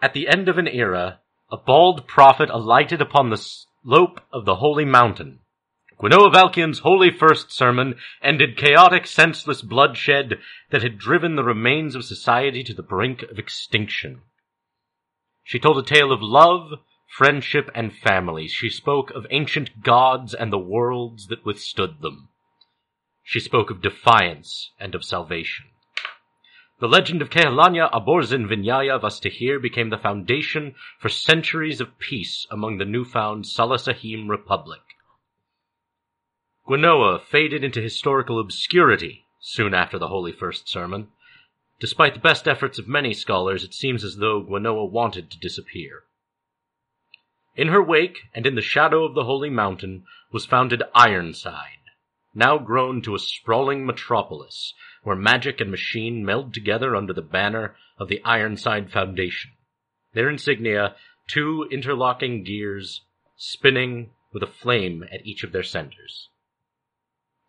At the end of an era, a bald prophet alighted upon the slope of the holy mountain. Quinoa Valkian's holy first sermon ended chaotic, senseless bloodshed that had driven the remains of society to the brink of extinction. She told a tale of love, friendship, and family. She spoke of ancient gods and the worlds that withstood them. She spoke of defiance and of salvation. The legend of Kehlanya Aborzin Vinaya Vastahir became the foundation for centuries of peace among the newfound Salasahim Republic. Gwenoa faded into historical obscurity soon after the Holy First Sermon. Despite the best efforts of many scholars, it seems as though Gwenoa wanted to disappear. In her wake, and in the shadow of the Holy Mountain, was founded Ironside, now grown to a sprawling metropolis, where magic and machine meld together under the banner of the Ironside Foundation. Their insignia, two interlocking gears, spinning with a flame at each of their centers.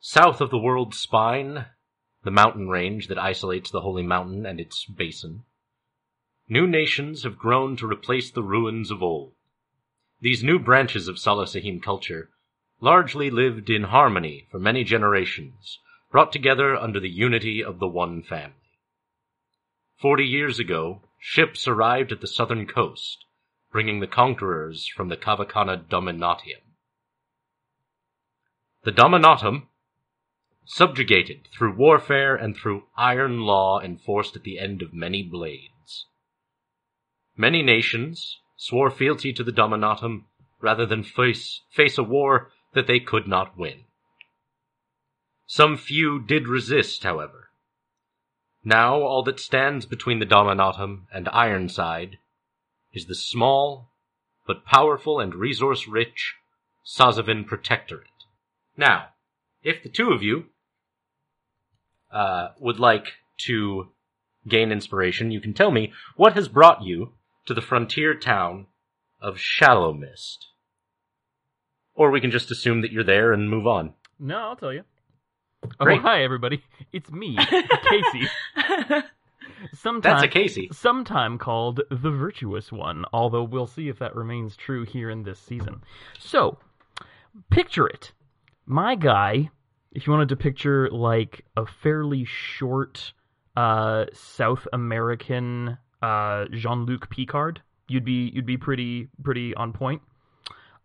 South of the world's spine, the mountain range that isolates the Holy Mountain and its basin, new nations have grown to replace the ruins of old. These new branches of Salasahim culture largely lived in harmony for many generations, brought together under the unity of the one family. Forty years ago, ships arrived at the southern coast, bringing the conquerors from the Cavacana Dominatium. The Dominatum, subjugated through warfare and through iron law enforced at the end of many blades. Many nations swore fealty to the Dominatum rather than face, face a war that they could not win. Some few did resist, however. Now all that stands between the Dominatum and Ironside is the small, but powerful and resource-rich Sazavin Protectorate. Now, if the two of you uh, would like to gain inspiration, you can tell me what has brought you to the frontier town of Shallow Mist. Or we can just assume that you're there and move on. No, I'll tell you. Great. Oh, hi everybody. It's me, Casey. Sometime, That's a Casey. sometime called the virtuous one, although we'll see if that remains true here in this season. So, picture it. My guy, if you wanted to picture like a fairly short uh, South American uh, Jean-Luc Picard, you'd be you'd be pretty pretty on point.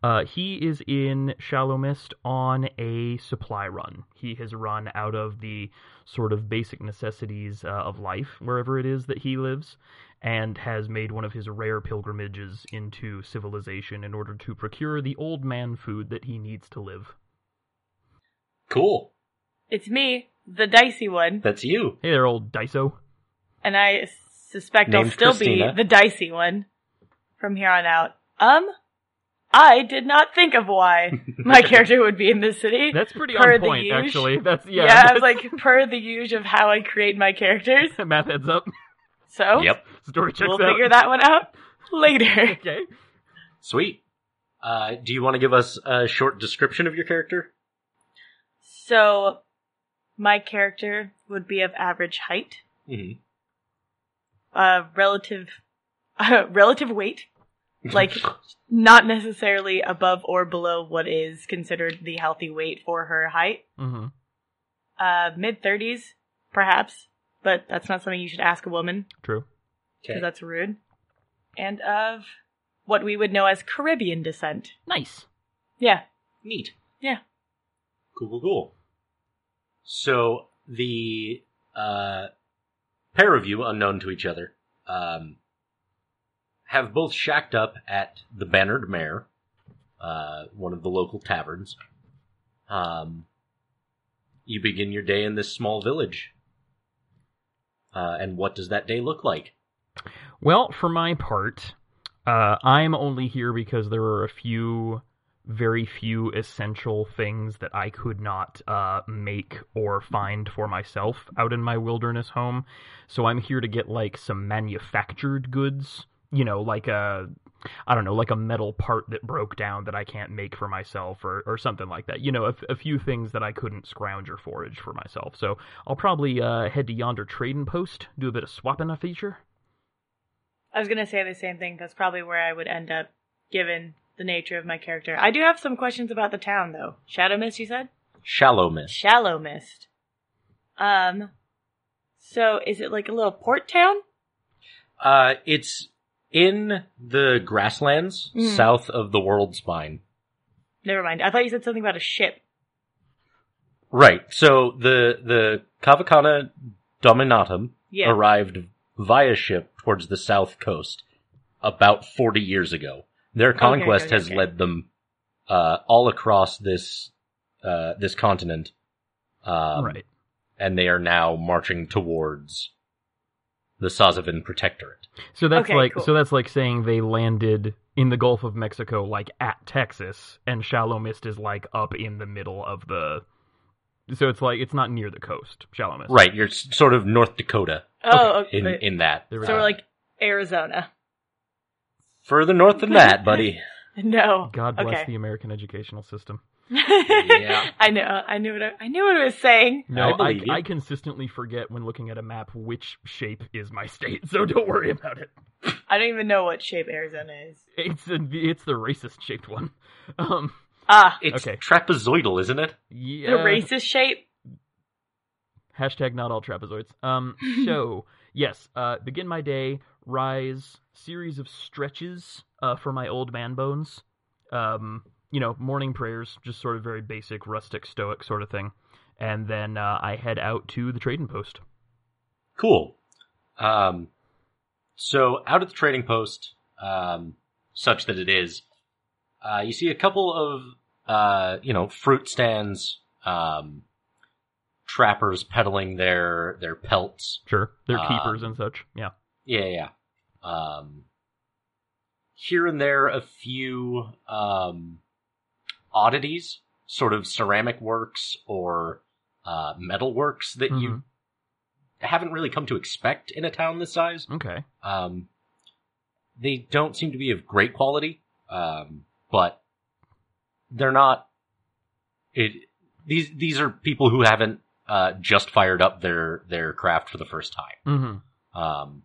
Uh, he is in Shallow Mist on a supply run. He has run out of the sort of basic necessities uh, of life, wherever it is that he lives, and has made one of his rare pilgrimages into civilization in order to procure the old man food that he needs to live. Cool. It's me, the dicey one, That's you. Hey there, old Daiso. and I suspect I'll Name's still Christina. be the dicey one from here on out. Um, I did not think of why my character would be in this city. That's pretty Per on the point, usual. actually. That's yeah. yeah, I was like per the use of how I create my characters. like, math heads up. So Yep. Story checks we'll out. figure that one out later. Okay. Sweet. Uh, do you want to give us a short description of your character? So my character would be of average height, Mm-hmm. uh, relative uh, relative weight, like not necessarily above or below what is considered the healthy weight for her height. Mm-hmm. Uh, Mid thirties, perhaps, but that's not something you should ask a woman True. because that's rude. And of what we would know as Caribbean descent. Nice. Yeah, Neat. Yeah. Cool, cool, cool. So the uh, pair of you, unknown to each other, um, have both shacked up at the Bannered Mare, uh, one of the local taverns. Um, you begin your day in this small village. Uh, and what does that day look like? Well, for my part, uh, I'm only here because there are a few, very few essential things that I could not uh, make or find for myself out in my wilderness home. So I'm here to get like some manufactured goods, you know, like a. I don't know, like a metal part that broke down that I can't make for myself, or, or something like that. You know, a, f- a few things that I couldn't scrounge or forage for myself. So I'll probably uh, head to yonder trading post, do a bit of swapping a feature. I was gonna say the same thing. That's probably where I would end up, given the nature of my character. I do have some questions about the town, though. Shadow Mist, you said? Shallow mist. Shallow Mist. Um, so is it like a little port town? Uh, it's in the grasslands Mm. south of the world spine. Never mind. I thought you said something about a ship. Right. So the the Cavacana Dominatum Yeah. arrived via ship towards the south coast about 40 years ago. Their conquest okay, has okay. led them uh, all across this uh, this continent, um, right. and they are now marching towards the Sazavin Protectorate. So that's Okay, like cool. so that's like saying they landed in the Gulf of Mexico, like at Texas, and Shallow Mist is like up in the middle of the. So it's like it's not near the coast. Shallow Mist, Right, you're s- sort of North Dakota Oh, okay. in in that. There we so we're like Arizona. further north than that, buddy. No. God bless okay. the American educational system. Yeah. I know. I knew what I, I knew what I was saying. No, I I, believe you. I, consistently forget when looking at a map which shape is my state, so don't worry about it. I don't even know what shape Arizona is. It's a, it's the racist shaped one. Um, Ah, It's Okay. trapezoidal, isn't it? yeah. the racist shape. Hashtag not all trapezoids. Um, so yes, uh, begin my day. Rise series of stretches uh, for my old man bones. Um, you know, morning prayers, just sort of very basic, rustic, stoic sort of thing. And then uh, I head out to the trading post. Cool. Um, so out at the trading post, um, such that it is, uh, you see a couple of, uh, you know, fruit stands, um, trappers peddling their, their pelts. Sure, they're Uh, keepers and such. Yeah. Yeah, yeah. Um, here and there, a few, um, oddities, sort of ceramic works or, uh, metal works that you Mm-hmm. haven't really come to expect in a town this size. Okay. Um, they don't seem to be of great quality, um, but they're not. It these these are people who haven't uh, just fired up their their craft for the first time. hmm Um,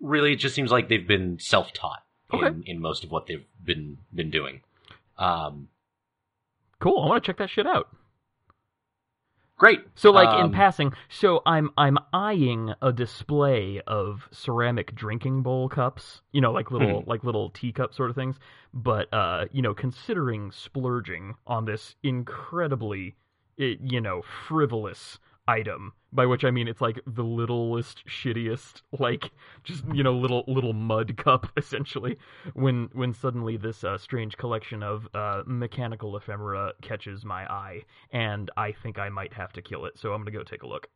really, it just seems like they've been self taught in, in most of what they've been been doing. Um, Cool. I want to check that shit out. great. So, like Um, in passing, so I'm I'm eyeing a display of ceramic drinking bowl cups, you know, like little like little teacup sort of things. But uh, you know, considering splurging on this incredibly, i you know, frivolous item. By which I mean it's like the littlest, shittiest, like just you know, little little mud cup essentially. When when suddenly this uh, strange collection of uh, mechanical ephemera catches my eye and I think I might have to kill it, so I'm gonna go take a look.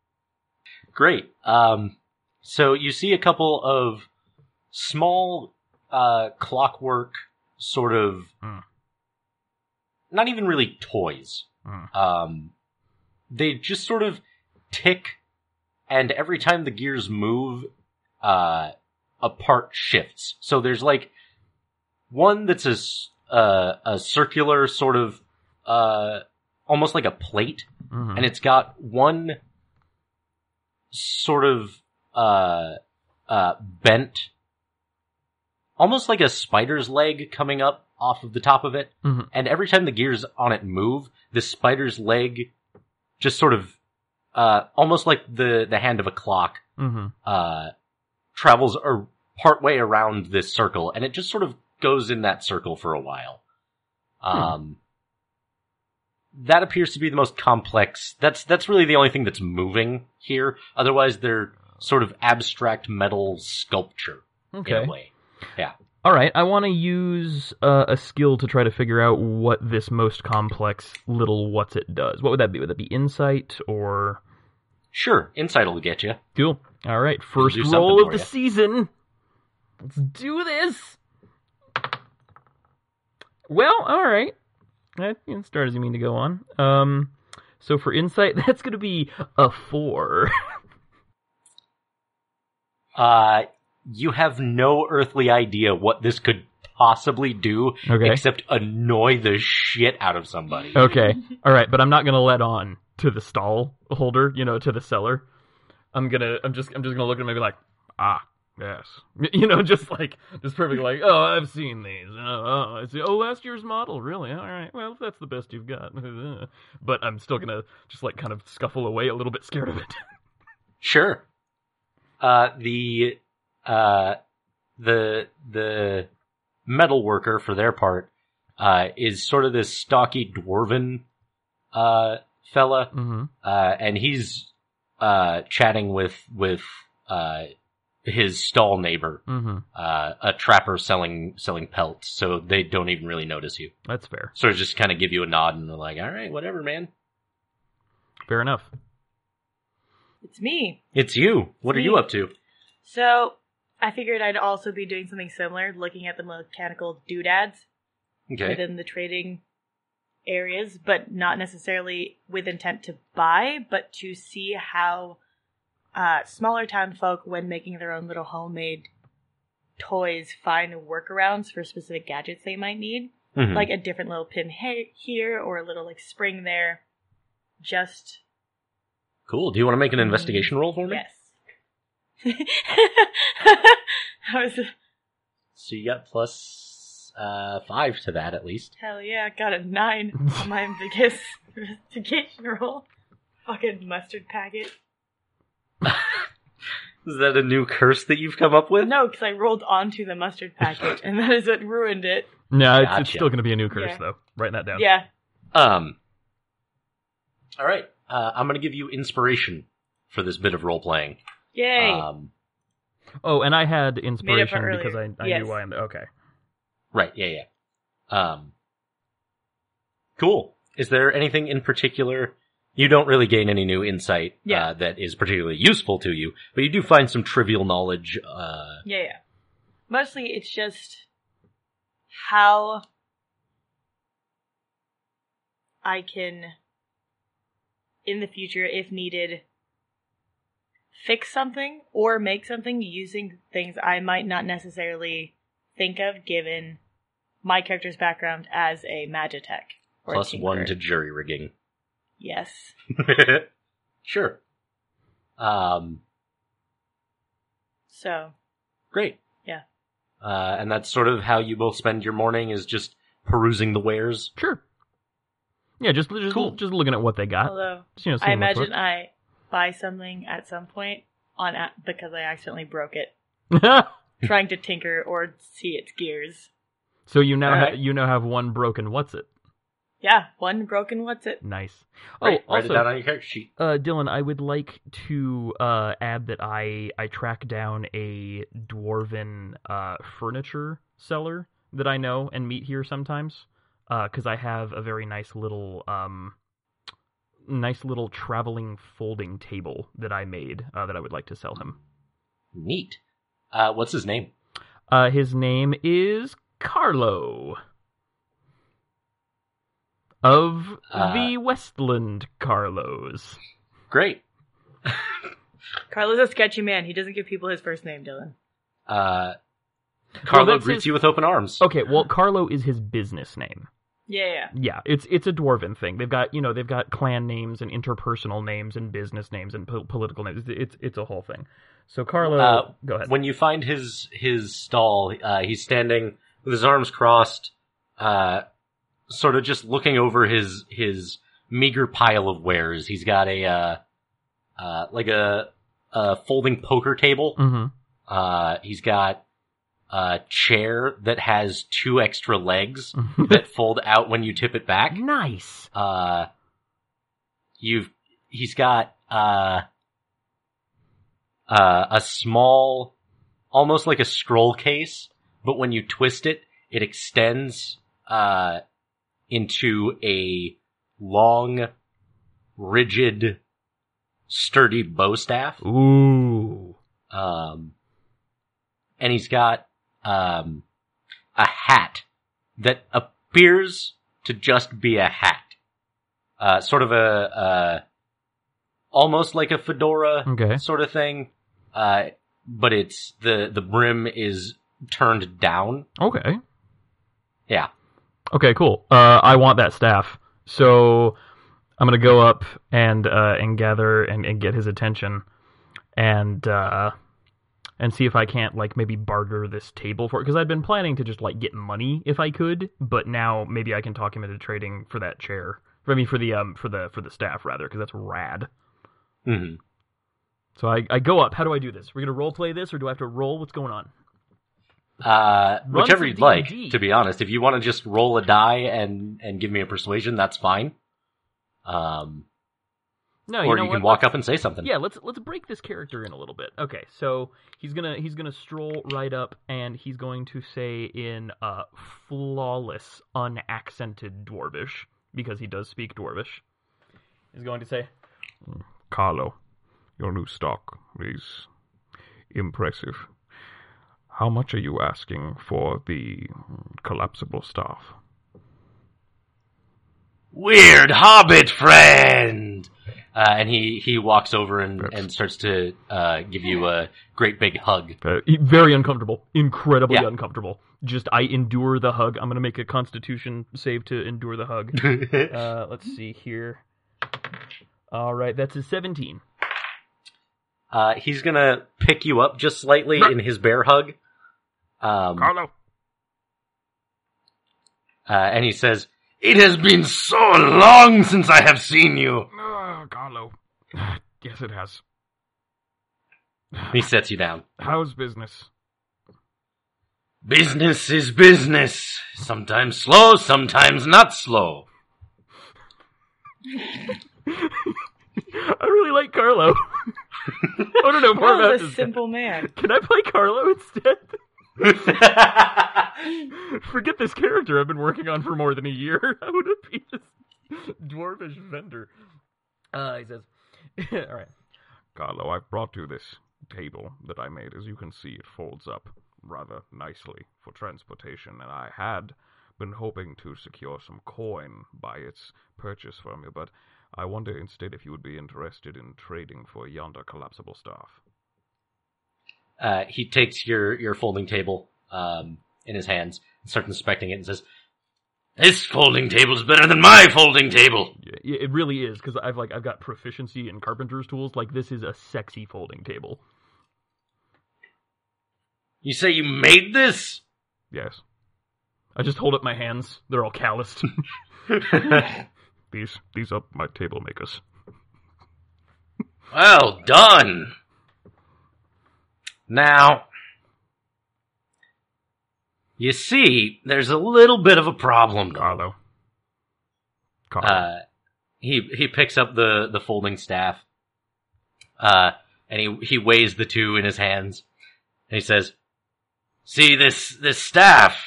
Great. Um, so you see a couple of small uh, clockwork sort of Mm. not even really toys. Mm. Um, they just sort of tick, and every time the gears move, uh, a part shifts. So there's like one that's a s- uh, a circular sort of uh, almost like a plate Mm-hmm. Uh-huh. and it's got one sort of uh uh bent almost like a spider's leg coming up off of the top of it Mhm. and every time the gears on it move the spider's leg just sort of uh almost like the the hand of a clock hmm uh travels a part way around this circle and it just sort of goes in that circle for a while Hmm. um that appears to be the most complex that's that's really the only thing that's moving here otherwise they're sort of abstract metal sculpture in Okay. a way All right. I want to use uh, a skill to try to figure out what this most complex little what's it does. What would that be? Would that be insight or sure insight will get you cool? All right. First do something roll of for ya. the season. Let's do this. Well, all right. That didn't start as you mean to go on. Um, so for insight, that's going to be a four. uh you have no earthly idea what this could possibly do Okay. Oh, except annoy the shit out of somebody Okay. All right, but I'm not gonna let on to the stall holder, you know, to the seller. I'm gonna, I'm just, I'm just gonna look at him and be like, ah, Yes. You know, just like, just perfect, like, oh, I've seen these. Oh, oh, I see. oh last year's model, really? All right. Well, if that's the best you've got. but I'm still going to just like kind of scuffle away a little bit scared of it. Sure. Uh, the uh, the the metal worker, for their part, uh, is sort of this stocky dwarven uh, fella, mm-hmm. uh, and he's uh, chatting with with uh, his stall neighbor, Mm-hmm. uh, a trapper selling selling pelts. So they don't even really notice you. That's fair. Sort of just kind of give you a nod, and they're like, "All right, whatever, man. Fair enough. It's me. It's you. What are you up to?" So I figured I'd also be doing something similar, looking at the mechanical doodads Okay. within the trading areas, but not necessarily with intent to buy, but to see how uh, smaller town folk, when making their own little homemade toys, find workarounds for specific gadgets they might need, Mhm. like a different little pin he- here or a little like spring there. Just cool. Do you want to make an investigation roll for me? yes. I was So you got plus uh, five to that at least. Hell yeah, I got a nine on my biggest investigation roll. Fucking mustard packet. Is that a new curse that you've come up with? No, because I rolled onto the mustard packet, and that is what ruined it. No, it's, it's Gotcha. still going to be a new curse, Yeah. though. Write that down. Yeah. Um. All right. Uh, I'm going to give you inspiration for this bit of role playing. Yay. Um, Oh, and I had inspiration because I, earlier. I Yes. knew why I'm. Okay. right. Yeah. Yeah. Um. Cool. Is there anything in particular? You don't really gain any new insight Yeah. uh, that is particularly useful to you, but you do find some trivial knowledge. Uh, yeah, yeah. Mostly it's just how I can, in the future, if needed, fix something or make something using things I might not necessarily think of given my character's background as a magitech. or a plus one tinkerer. to jury rigging. Yes. sure. Um, So, great. Yeah. Uh, and that's sort of how you both spend your morning is just perusing the wares. Sure. Yeah, just just, Cool. just looking at what they Ah. got. although. Just, you know, I seeing what's imagine I buy something at some point on a- because I accidentally broke it what. trying to tinker or see its gears. so you now Alright. ha- you now have one broken. What's it? Yeah, one broken. What's it? Nice. Right, oh, write also, it down on your character sheet. uh, Dylan, I would like to uh, add that I I track down a dwarven uh, furniture seller that I know and meet here sometimes because I have a very nice little um, nice little traveling folding table that I made uh, that I would like to sell him. Neat. Uh, what's his name? Uh, his name is Carlo of Uh, the Westland Carlos. Great. Carlos a sketchy man. He doesn't give people his first name, Dylan. Uh, Carlo that's greets his- Oh, you with open arms. Okay, well, Carlo is his business name. Yeah, yeah. Yeah, it's it's a dwarven thing. They've got you know they've got clan names and interpersonal names and business names and po- political names. It's it's a whole thing. So Carlo, Uh, go ahead. When you find his his stall, uh, he's standing with his arms crossed, uh, sort of just looking over his his meager pile of wares. He's got a uh, uh, like a, a folding poker table. hmm Uh, he's got a chair that has two extra legs Mm. that fold out when you tip it back. nice. Uh, you've he's got uh, uh, a small, almost like a scroll case, but when you twist it, it extends uh, into a long, rigid, sturdy bow staff. Ooh. Um, and he's got um, a hat that appears to just be a hat, uh, sort of a uh, almost like a fedora Okay. sort of thing. Uh, but it's the the brim is turned down. Okay. Yeah. Okay, cool. Uh, I want that staff. So I'm gonna go up and uh, and gather and, and get his attention, and uh, and see if I can't like maybe barter this table for it because I'd been planning to just like get money if I could, but now maybe I can talk him into trading for that chair. I mean for the um for the for the staff rather because that's rad. hmm So I, I go up. How do I do this? We're gonna role play this, or do I have to roll? What's going on? Uh, Run whichever for you'd D&D. like, to be honest. If you want to just roll a die and and give me a persuasion, that's fine. Um, No, Oh, you or know you, what? can walk up and say something. Yeah, let's let's break this character in a little bit. Okay, so he's gonna he's gonna stroll right up, and he's going to say in uh, flawless, unaccented dwarvish because he does speak dwarvish. He's going to say, "Mm, Carlo, your new stock is impressive. How much are you asking for the collapsible staff? Weird hobbit friend. Uh, and he he walks over and That's- and starts to uh, give you a great big hug. uh, very uncomfortable, incredibly Yeah. uncomfortable. Just I endure the hug. I'm gonna make a Constitution save to endure the hug. Uh, let's see here. All right, that's a 17. Uh, he's gonna pick you up just slightly in his bear hug. Um, Carlo! uh, and he says, "It has been so long since I have seen you." Ah, Carlo. yes, it has. He sets you down. How's business? Business is business. Sometimes slow, sometimes not slow. I really like Carlo. I want to know more Carl about is a this. simple man. Can I play Carlo instead? yeah, Forget this character I've been working on for more than a year. I want to be this dwarfish vendor. Uh, he says, all right. Carlo, I've brought you this table that I made. As you can see, it folds up rather nicely for transportation, and I had been hoping to secure some coin by its purchase from you, but I wonder instead if you would be interested in trading for yonder collapsible staff. uh, he takes your your folding table um, in his hands, and starts inspecting it, and says, "This folding table's better than my folding table." Yeah, yeah, it really is because I've like I've got proficiency in carpenter's tools. Like this is a sexy folding table. You say you made this? Yes, I just hold up my hands; they're all calloused. these these are my table makers. Well done. Now, you see, there's a little bit of a problem. though. Uh, Carlo. Carlo. Uh, he he picks up the the folding staff, uh, and he he weighs the two in his hands, and he says, "See this this staff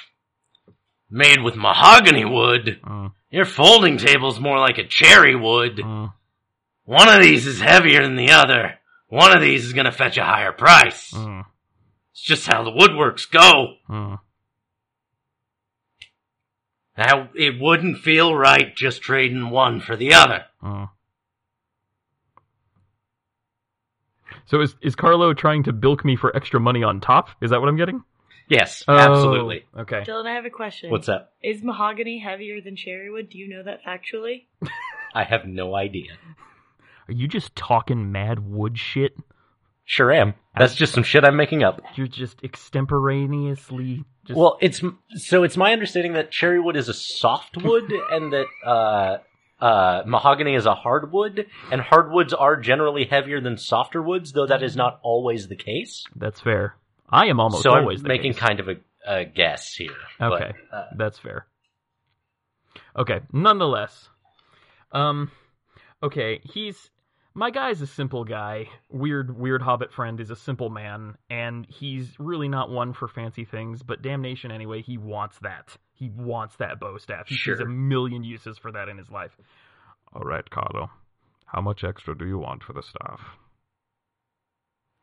made with mahogany wood. Mm, Your folding table's more like a cherry wood. mm, One of these is heavier than the other. One of these is gonna fetch a higher price. mm, It's just how the woodworks go. mm. Now it wouldn't feel right just trading one for the other." Mm. so is is Carlo trying to bilk me for extra money on top? Is that what I'm getting? Yes, Oh, absolutely. Okay. Dylan, I have a question. What's up? Is mahogany heavier than cherry wood? Do you know that factually? I have no idea. Are you just talking mad wood shit? Sure am. That's just some shit I'm making up. You're just extemporaneously. Just... Well, it's so it's my understanding that cherry wood is a soft wood and that uh, uh, mahogany is a hardwood, and hardwoods are generally heavier than softer woods, though that is not always the case. that's fair. I am almost so I'm always the making case. kind of a, a guess here. but, Okay, uh, that's fair. Okay, nonetheless, um, okay, he's my guy's a simple guy. Weird, weird Hobbit friend is a simple man, and he's really not one for fancy things. But damnation, anyway, he wants that. He wants that bow staff. He sees Sure. a million uses for that in his life. All right, Carlo. How much extra do you want for the staff?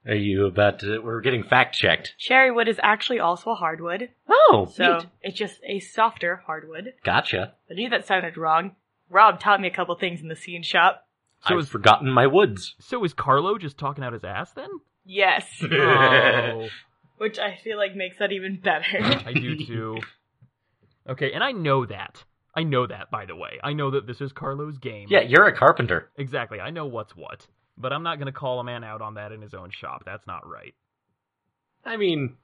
are you about to? We're getting fact checked. Cherry wood is actually also a hardwood, Oh, so neat. it's just a softer hardwood. gotcha. I knew that sounded wrong. Rob taught me a couple things in the scene shop. So I've is- forgotten my woods. So is Carlo just talking out his ass then? Yes, Oh. which I feel like makes that even better. I do too. Okay, and I know that. I know that, by the way. I know that this is Carlo's game. yeah, you're a carpenter. Exactly. I know what's what. But I'm not going to call a man out on that in his own shop. That's not right. I mean,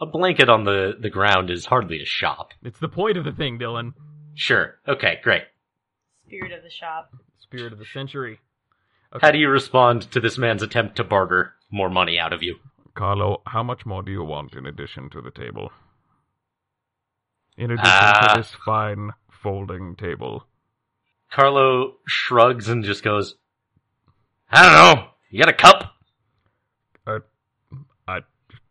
a blanket on the, the ground is hardly a shop. It's the point of the thing, Dylan. Sure. Okay, great. Spirit of the shop. Spirit of the century. How do you respond to this man's attempt to barter more money out of you? Carlo, how much more do you want in addition to the table? In addition Ah. to this fine folding table. Carlo shrugs and just goes, I don't know. You got a cup? I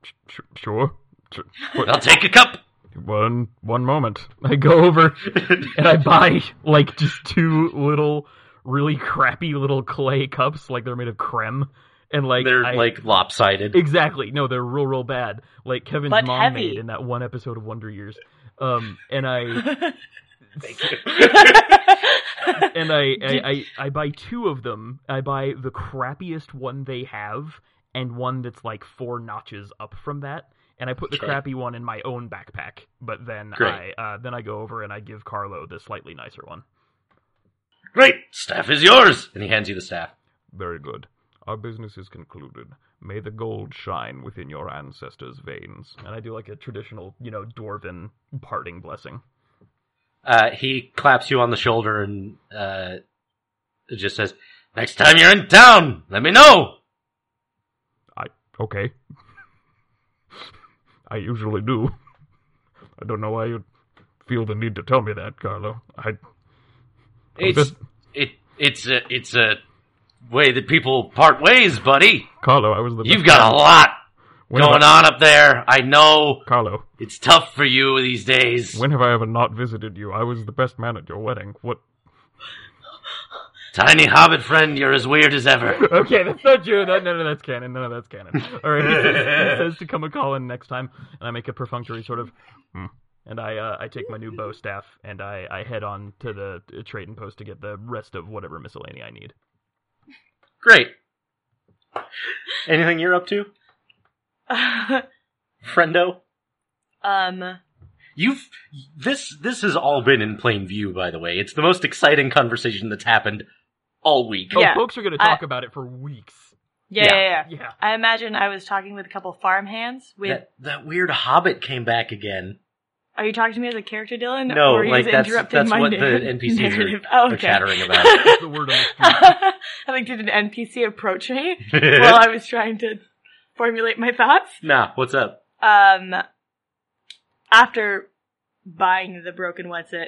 sh- sh- sure. Sh- I'll take a cup. One one moment. I go over and I buy like just two little, really crappy little clay cups, like they're made of creme, and like They're I- like lopsided. exactly no, they're real, real bad. Like Kevin's But mom heavy. made in that one episode of Wonder Years. Um, and I and I, I, I I buy two of them. I buy the crappiest one they have and one that's like four notches up from that. And I put the Okay. crappy one in my own backpack. But then Great. I uh, then I go over and I give Carlo the slightly nicer one. Great. Staff is yours. And he hands you the staff. Very good. Our business is concluded. May the gold shine within your ancestors' veins. And I do like a traditional, you know, dwarven parting blessing. Uh, he claps you on the shoulder and uh, just says, Next time you're in town, let me know. Okay. I usually do. I don't know why you feel the need to tell me that, Carlo. I It's it it's a it's a way that people part ways, buddy. Carlo, I was the You've best got a friend. lot When going have I- on up there. I know Carlo, it's tough for you these days. when have I ever not visited you? I was the best man at your wedding. What Tiny hobbit friend, you're as weird as ever. Okay, that's not true. No, no, no, that's canon. No, no, that's canon. All right, he says, he says to come a call in next time, and I make a perfunctory sort of, "Hmm." and I uh, I take my new bow staff and I, I head on to the uh, trading post to get the rest of whatever miscellany I need. Great. Anything you're up to, friendo? um, You've this this has all been in plain view, by the way. It's the most exciting conversation that's happened all week. Oh, Yeah, folks are going to I- talk about it for weeks. yeah, Yeah. yeah, yeah. Yeah, I imagine I was talking with a couple farmhands. With that, that weird hobbit came back again. are you talking to me as a character, Dylan? No, or like, he's that's- interrupting that's my what the narr- NPCs are- narrative? oh, They're okay. chattering about. it. that's the word on the street. I like, did an NPC approach me while I was trying to formulate my thoughts? nah, what's up? Um, after buying the broken wetsuit,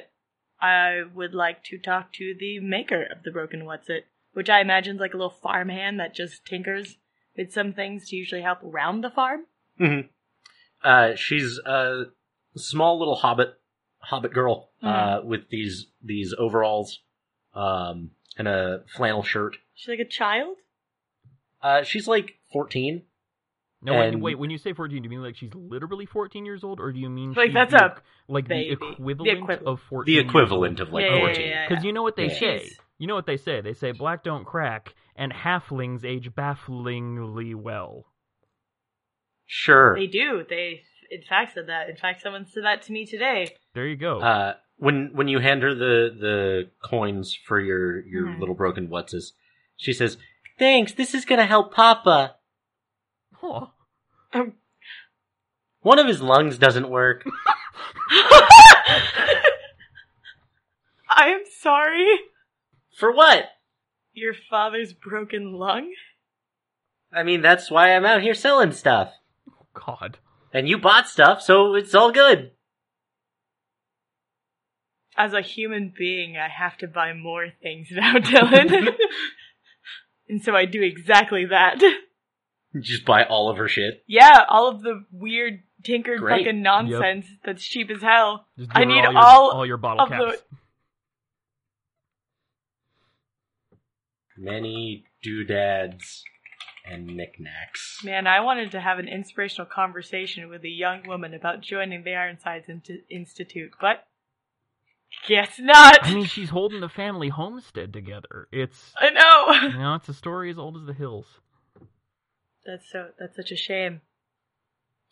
I would like to talk to the maker of the broken wetsuit, which I imagine is like a little farmhand that just tinkers with some things to usually help around the farm. Uh, she's a small little hobbit, hobbit girl, Mm. uh, with these these overalls, um, and a flannel shirt. She's like a child. Uh, she's like fourteen. No, wait, And- wait. When you say fourteen, do you mean like she's literally fourteen years old, or do you mean Like, she's that's the- a like the baby. The equivalent, equivalent. of fourteen? The years old? equivalent of like Yeah, yeah, fourteen. yeah, yeah. Because you know what they Yeah. say. She's- You know what they say. They say black don't crack, and halflings age bafflingly well. Sure. They do. They, in fact, said that. In fact, someone said that to me today. There you go. Uh, when when you hand her the the coins for your your Hmm. little broken whatses, she says, "Thanks. This is gonna help Papa. Huh. One of his lungs doesn't work." I am sorry. for what? Your father's broken lung? I mean, that's why I'm out here selling stuff. God. And you bought stuff, so it's all good. As a human being, I have to buy more things now, Dylan. and so I do exactly that. Just buy all of her shit. Yeah, all of the weird tinkered Great. fucking nonsense that's cheap as hell. Just I give her need all your, all all your bottle of the- caps. Many doodads and knickknacks. Man, I wanted to have an inspirational conversation with a young woman about joining the Ironsides Inti- Institute, but guess not. I mean, she's holding the family homestead together. It's I know. you know, it's a story as old as the hills. That's so. That's such a shame.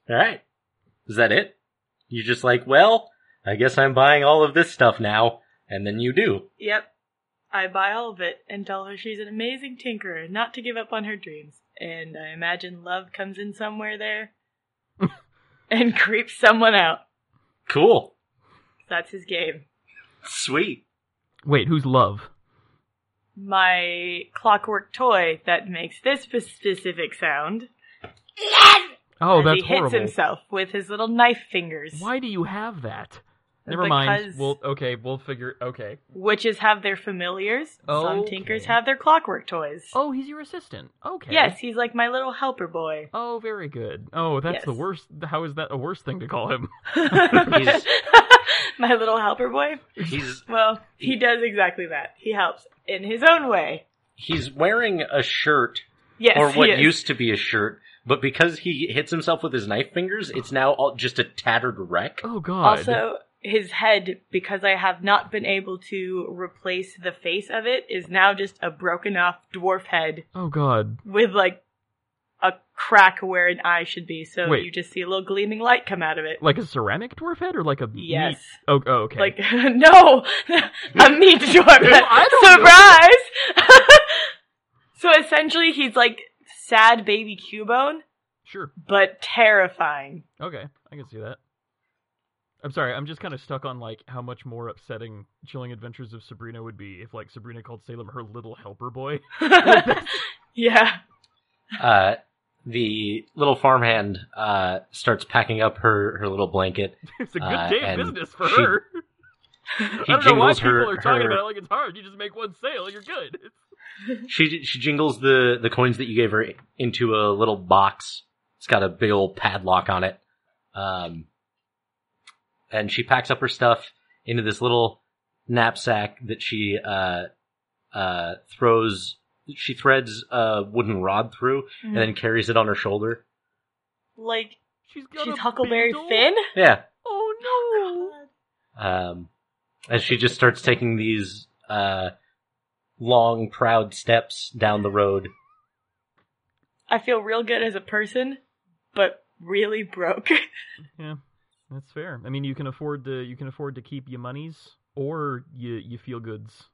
Alright. Is that it? You're just like, well, I guess I'm buying all of this stuff now. And then you do. Yep. I buy all of it and tell her she's an amazing tinkerer, not to give up on her dreams. And I imagine love comes in somewhere there. and creep someone out. Cool. That's his game. Sweet. Wait, who's love? My clockwork toy that makes this spe- specific sound. Oh, as that's he hits horrible. himself with his little knife fingers. Why do you have that? Never mind. Because We'll okay. We'll figure. Okay. witches have their familiars. Some tinkers Okay. have their clockwork toys. Oh, he's your assistant. Okay. Yes, he's like my little helper boy. Oh, very good. Oh, that's the Yes. worst. How is that a worse thing to call him? my little helper boy. He's Well, he does exactly that. He helps in his own way. he's wearing a shirt Yes, or what he is. used to be a shirt, but because he hits himself with his knife fingers, it's now all just a tattered wreck. Oh God. Also, his head, because I have not been able to replace the face of it, is now just a broken off dwarf head Oh God. with like a crack where an eye should be. So Wait. you just see a little gleaming light come out of it. Like a ceramic dwarf head or like a Yes. meat- Oh, oh, okay. Like no, a meat dwarf. I Surprise! so essentially, he's like sad baby Cubone, sure. but terrifying. Okay, I can see that. I'm sorry, I'm just kind of stuck on like how much more upsetting Chilling Adventures of Sabrina would be if like Sabrina called Salem her little helper boy. yeah. Uh, the little farmhand uh, starts packing up her, her little blanket. it's a good Uh, day of and business for she- her. He I don't know why jingles people her, are talking her- about it like it's hard. You just make one sale, you're good. She she jingles the the coins that you gave her into a little box. It's got a big old padlock on it. Um, and she packs up her stuff into this little knapsack that she uh uh throws. She threads a wooden rod through and then carries it on her shoulder. like She's got she's a Huckleberry beetle? Finn. Yeah. Oh Um, and she just starts taking these uh long proud steps down the road. I feel real good as a person, but really broke. no. Yeah. That's fair. I mean, you can afford to you can afford to keep your monies or you you feel goods.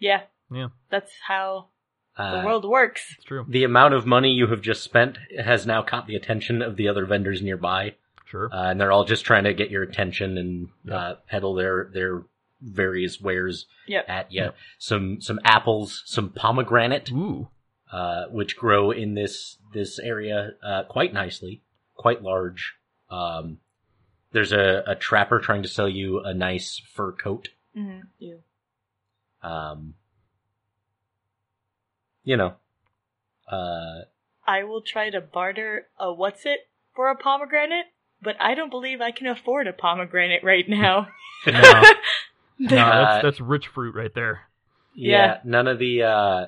yeah. Yeah. That's how the Uh, world works. It's true. The amount of money you have just spent has now caught the attention of the other vendors nearby, Sure. uh, and they're all just trying to get your attention and Yeah. uh, peddle their their various wares Yep. at you. Yeah. Some some apples, some pomegranate, Ooh. uh, which grow in this this area uh, quite nicely, quite large. Um, there's a, a trapper trying to sell you a nice fur coat. Mm-hmm. You. Um, you know, uh, I will try to barter a what's it for a pomegranate, but I don't believe I can afford a pomegranate right now. No. No, Uh, that's that's rich fruit right there. Yeah, Yeah. none of the uh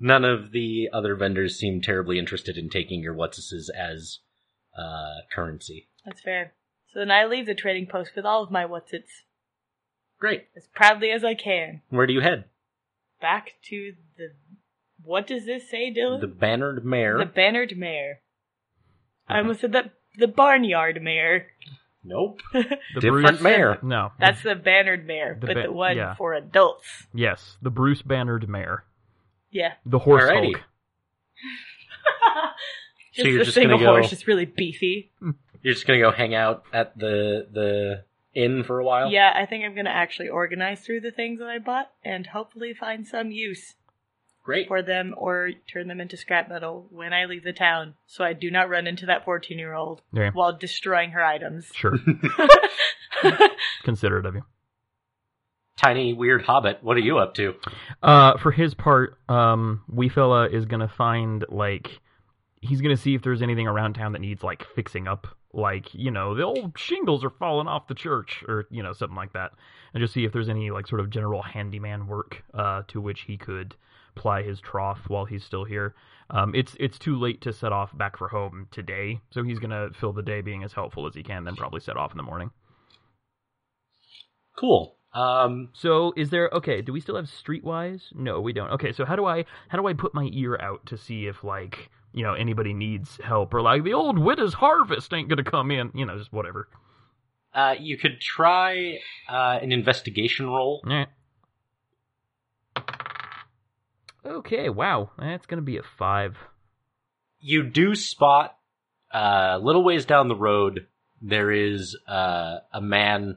none of the other vendors seem terribly interested in taking your whatses as uh currency. That's fair. So then I leave the trading post with all of my what's its Great. as proudly as I can. Where do you head? Back to the what does this say, Dylan? The bannered mare. The bannered mare. I almost said that the barnyard mare. nope. The Different Bruce- mare. No. That's the bannered mare, The but ba- the one yeah. for adults. yes, the Bruce Bannered mare, Yeah. the horse Alrighty. folk. just So you're a just single gonna go- horse, just really beefy. You're just gonna go hang out at the the inn for a while. Yeah, I think I'm gonna actually organize through the things that I bought and hopefully find some use Great. for them or turn them into scrap metal when I leave the town, so I do not run into that 14 year old Yeah. while destroying her items. Sure, considerate of you. Tiny weird hobbit. What are you up to? Uh, for his part, um, we fella is gonna find like he's gonna see if there's anything around town that needs like fixing up, like you know the old shingles are falling off the church or you know something like that, and just see if there's any like sort of general handyman work uh, to which he could ply his trough while he's still here. Um, it's it's too late to set off back for home today, so he's gonna fill the day being as helpful as he can, then probably set off in the morning. Cool. Um So is there okay, do we still have streetwise? No, we don't. Okay, so how do I how do I put my ear out to see if like, you know, anybody needs help or like the old widow's harvest ain't gonna come in, you know, just whatever. uh you could try uh an investigation roll. Eh. Okay, wow. That's gonna be a five. You do spot uh little ways down the road there is uh, a man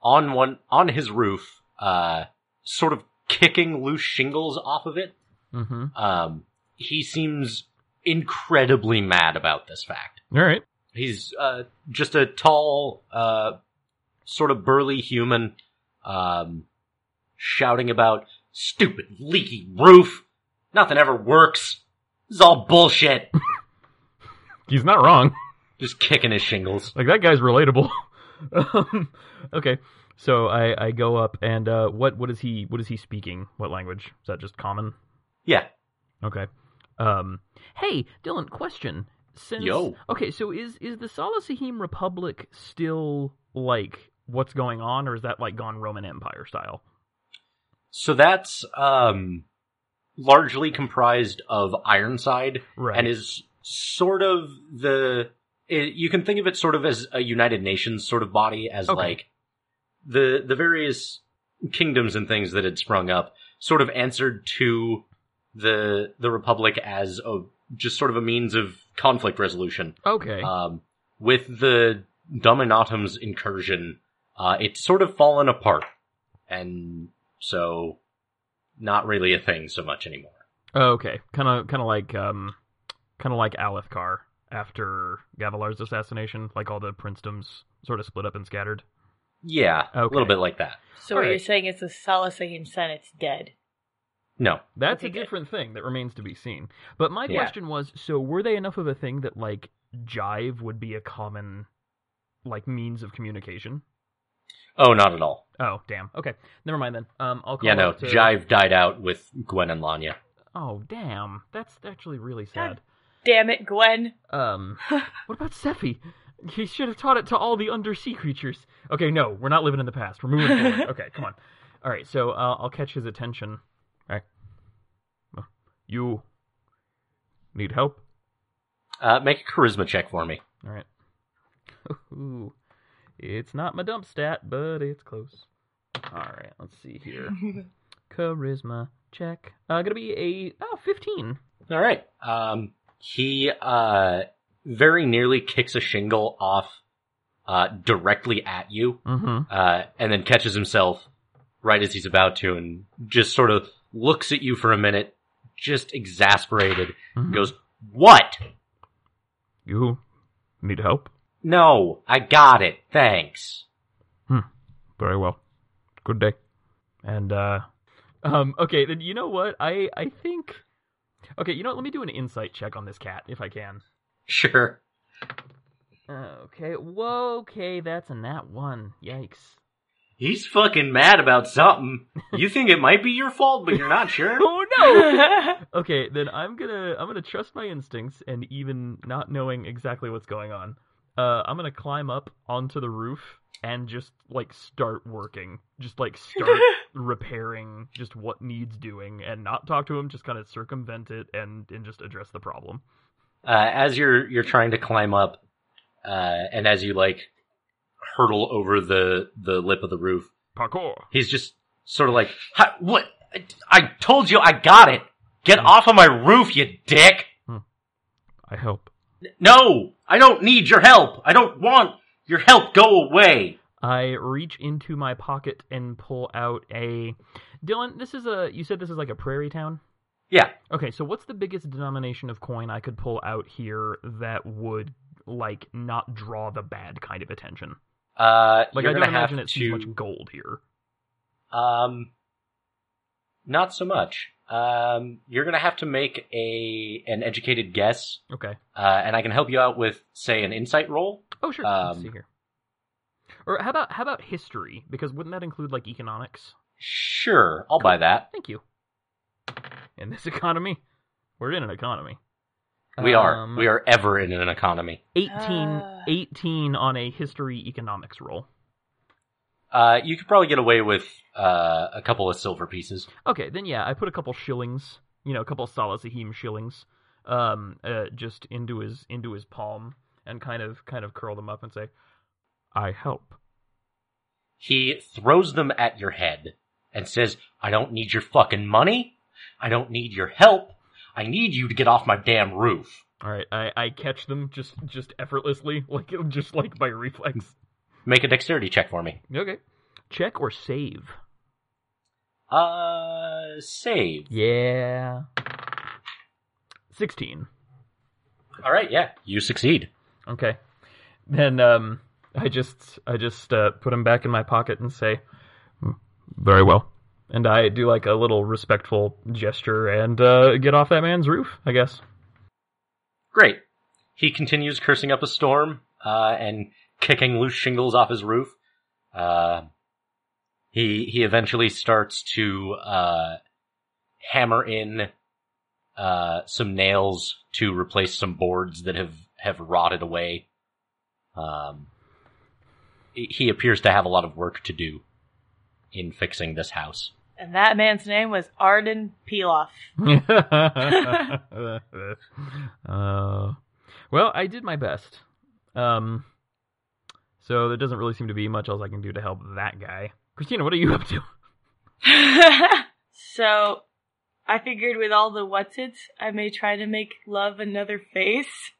on one on his roof, uh, sort of kicking loose shingles off of it. Mm-hmm. Um, he seems incredibly mad about this fact. All right. He's uh, just a tall, uh, sort of burly human, um, shouting about stupid leaky roof. Nothing ever works. This is all bullshit. He's not wrong. just kicking his shingles. Like that guy's relatable. um, okay. So I, I go up and uh, what what is he what is he speaking? What language? Is that just common? Yeah. Okay. Um, hey, Dylan, question. Since Yo. Okay, so is is the Salasahim Republic still like what's going on or is that like gone Roman Empire style? So that's um, largely comprised of Ironside Right. and is sort of the. It, you can think of it sort of as a United Nations sort of body, as Okay. like the the various kingdoms and things that had sprung up sort of answered to the the Republic as a just sort of a means of conflict resolution. Okay. Um, with the Dominatum's incursion, uh, it's sort of fallen apart, and so not really a thing so much anymore. Oh, okay, kind of, kind of like, um, kind of like Alethkar after Gavilar's assassination, like all the princedoms sort of split up and scattered. Yeah, a Okay. little bit like that. So All what you're right. saying is the Salasahim Senate's dead. No, That's Okay, a good. different thing that remains to be seen. But my Yeah. question was, so were they enough of a thing that like jive would be a common, like means of communication? oh, not at all. Oh, damn. Okay, never mind then. Um, I'll call Yeah, no, up to- Jive died out with Gwen and Lanya. Oh, damn. That's actually really sad. Damn it, Gwen. Um, what about Sephi? He should have taught it to all the undersea creatures. Okay, no, we're not living in the past. We're moving forward. Okay, come on. All right, so uh, I'll catch his attention. You need help? Uh, make a charisma check for me. All right. Ooh, it's not my dump stat, but it's close. All right, let's see here. Charisma check. Uh, gonna be a oh, 15. All right. Um, he uh, very nearly kicks a shingle off uh, directly at you. Mm-hmm. uh, and then catches himself right as he's about to and just sort of looks at you for a minute, just exasperated, mm-hmm. and goes, What? You need help? No, I got it. Thanks. Very well. Good day. And uh um okay, then you know what? I I think Okay, you know what? Let me do an insight check on this cat if I can. Sure. Okay. Whoa, okay, that's a nat 1. Yikes. He's fucking mad about something. You think it might be your fault, but you're not sure? Oh no. okay, then I'm going to I'm going to trust my instincts and even not knowing exactly what's going on. Uh I'm going to climb up onto the roof and just like start working. Just like start repairing just what needs doing and not talk to him, just kind of circumvent it and and just address the problem. Uh, as you're you're trying to climb up, uh, and as you like hurtle over the the lip of the roof, Parkour. he's just sort of like, "Hi, "What? I- I told you I got it. Get off of my roof, you dick!" I help. No, I don't need your help. I don't want your help. Go away. I reach into my pocket and pull out a. Dylan, this is a. You said this is like a prairie town? Yeah. Okay, so what's the biggest denomination of coin I could pull out here that would, like, not draw the bad kind of attention? Uh, Like, you're I don't gonna have imagine it's to. too much gold here. Um, not so much. Um, you're gonna have to make a an educated guess, Okay. uh, and I can help you out with, say, an insight roll. Oh, sure. Let's Um, see here. Or how about how about history? Because wouldn't that include like economics? Sure, I'll buy that. Thank you. In this economy, we're in an economy. We Um, are we are ever in an economy. 18, Ah. 18 on a history economics roll. Uh, you could probably get away with uh, a couple of silver pieces. Okay, then yeah, I put a couple shillings, you know, a couple Salazahim shillings, um, uh, just into his into his palm and kind of kind of curl them up and say, I help. He throws them at your head and says, I don't need your fucking money. I don't need your help. I need you to get off my damn roof. All right, I, I catch them just just effortlessly, like just like by reflex. Make a dexterity check for me. Okay. Check or save. Uh, save. Yeah. Sixteen. All right, yeah, you succeed. Okay. Then um, I just I just uh, put him back in my pocket and say, "Mm, "Very well." And I do like a little respectful gesture and uh, get off that man's roof. I guess. Great. He continues cursing up a storm uh, and kicking loose shingles off his roof. Uh, he he eventually starts to uh, hammer in uh, some nails to replace some boards that have have rotted away. Um, he- he appears to have a lot of work to do in fixing this house. And that man's name was Arden Piloff. uh, well, I did my best. Um, so there doesn't really seem to be much else I can do to help that guy. Christina, what are you up to? so I figured with all the what's its, I may try to make love another face.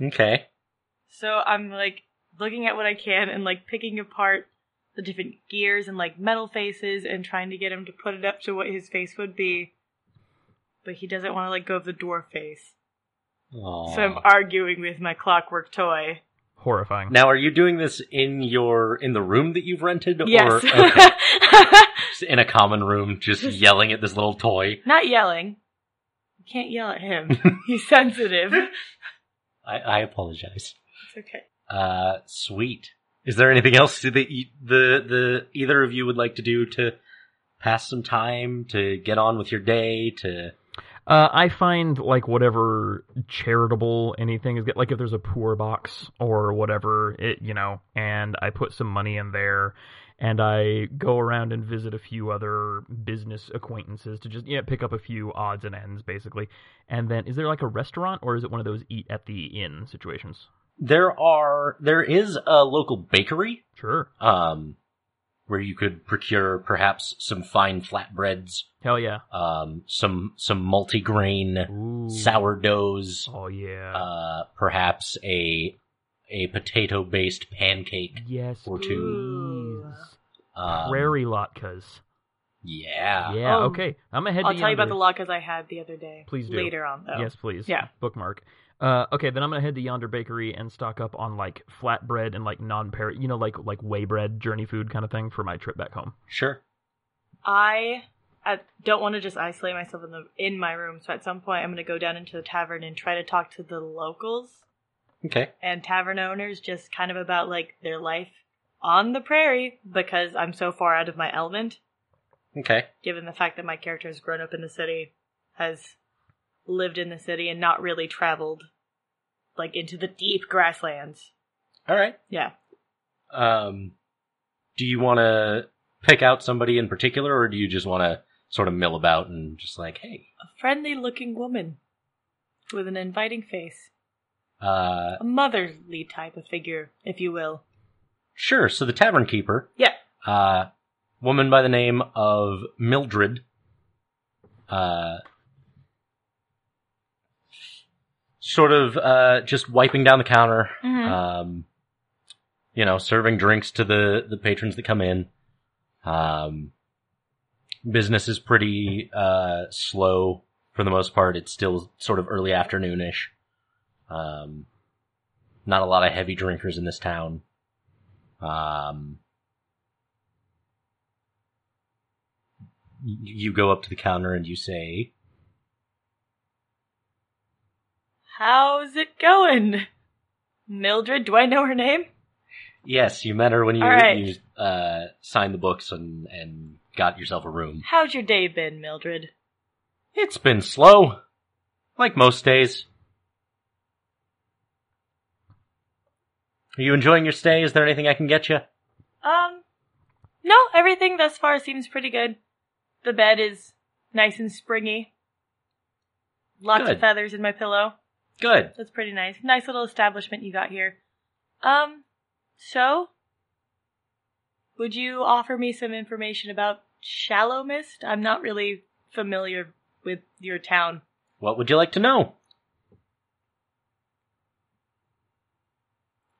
Okay. So I'm like looking at what I can and like picking apart the different gears and like metal faces and trying to get him to put it up to what his face would be. But he doesn't want to let go of the dwarf face. So I'm arguing with my clockwork toy. Horrifying. Now, are you doing this in your in the room that you've rented, or yes. okay, just in a common room, just yelling at this little toy? Not yelling. You can't yell at him. He's sensitive. It's I, I apologize. okay. Uh, sweet. Is there anything else that you, the the either of you would like to do to pass some time, to get on with your day, to Uh, I find like whatever charitable anything is, like if there's a poor box or whatever, it you know, and I put some money in there, and I go around and visit a few other business acquaintances to just yeah pick up a few odds and ends basically. And then is there like a restaurant or is it one of those eat at the inn situations? there are there is a local bakery Sure, um where you could procure perhaps some fine flatbreads, hell yeah, um some some multigrain Ooh. sourdoughs, Oh yeah, uh, perhaps a a potato based pancake. yes, or please. two. Um, Prairie latkes. Yeah. yeah, Oh. okay. I'm ahead. I'll to tell you about yonder. the latkes I had the other day. Please do. Later on, though. Yes, please. Yeah. Bookmark. Uh, okay, then I'm gonna head to Yonder Bakery and stock up on like flatbread and like non-par, you know, like like way bread, journey food kind of thing for my trip back home. Sure. I, I don't want to just isolate myself in the in my room. So at some point, I'm going to go down into the tavern and try to talk to the locals Okay. and tavern owners, just kind of about like their life on the prairie because I'm so far out of my element. Okay. Given the fact that my character has grown up in the city, has lived in the city, and not really traveled like into the deep grasslands. All right. Yeah. Um, do you want to pick out somebody in particular, or do you just want to sort of mill about and just like, hey, A friendly looking woman with an inviting face. uh, A motherly type of figure, if you will. sure. So the tavern keeper, Yeah. uh, woman by the name of Mildred, uh, sort of uh, just wiping down the counter, Mhm. um, you know, serving drinks to the the patrons that come in. Um, business is pretty uh, slow for the most part. It's still sort of early afternoonish. Um, not a lot of heavy drinkers in this town. Um, y- you go up to the counter and you say, How's it going? Mildred, do I know her name? "Yes, you met her when you, All right. you uh, signed the books and and got yourself a room." How's your day been, Mildred? It's been slow, like most days. Are you enjoying your stay? Is there anything I can get you? Um, no, everything thus far seems pretty good. The bed is nice and springy. Lots Good. of feathers in my pillow. Good. That's pretty nice. Nice little establishment you got here. Um, so, would you offer me some information about Shallow Mist? I'm not really familiar with your town. What would you like to know?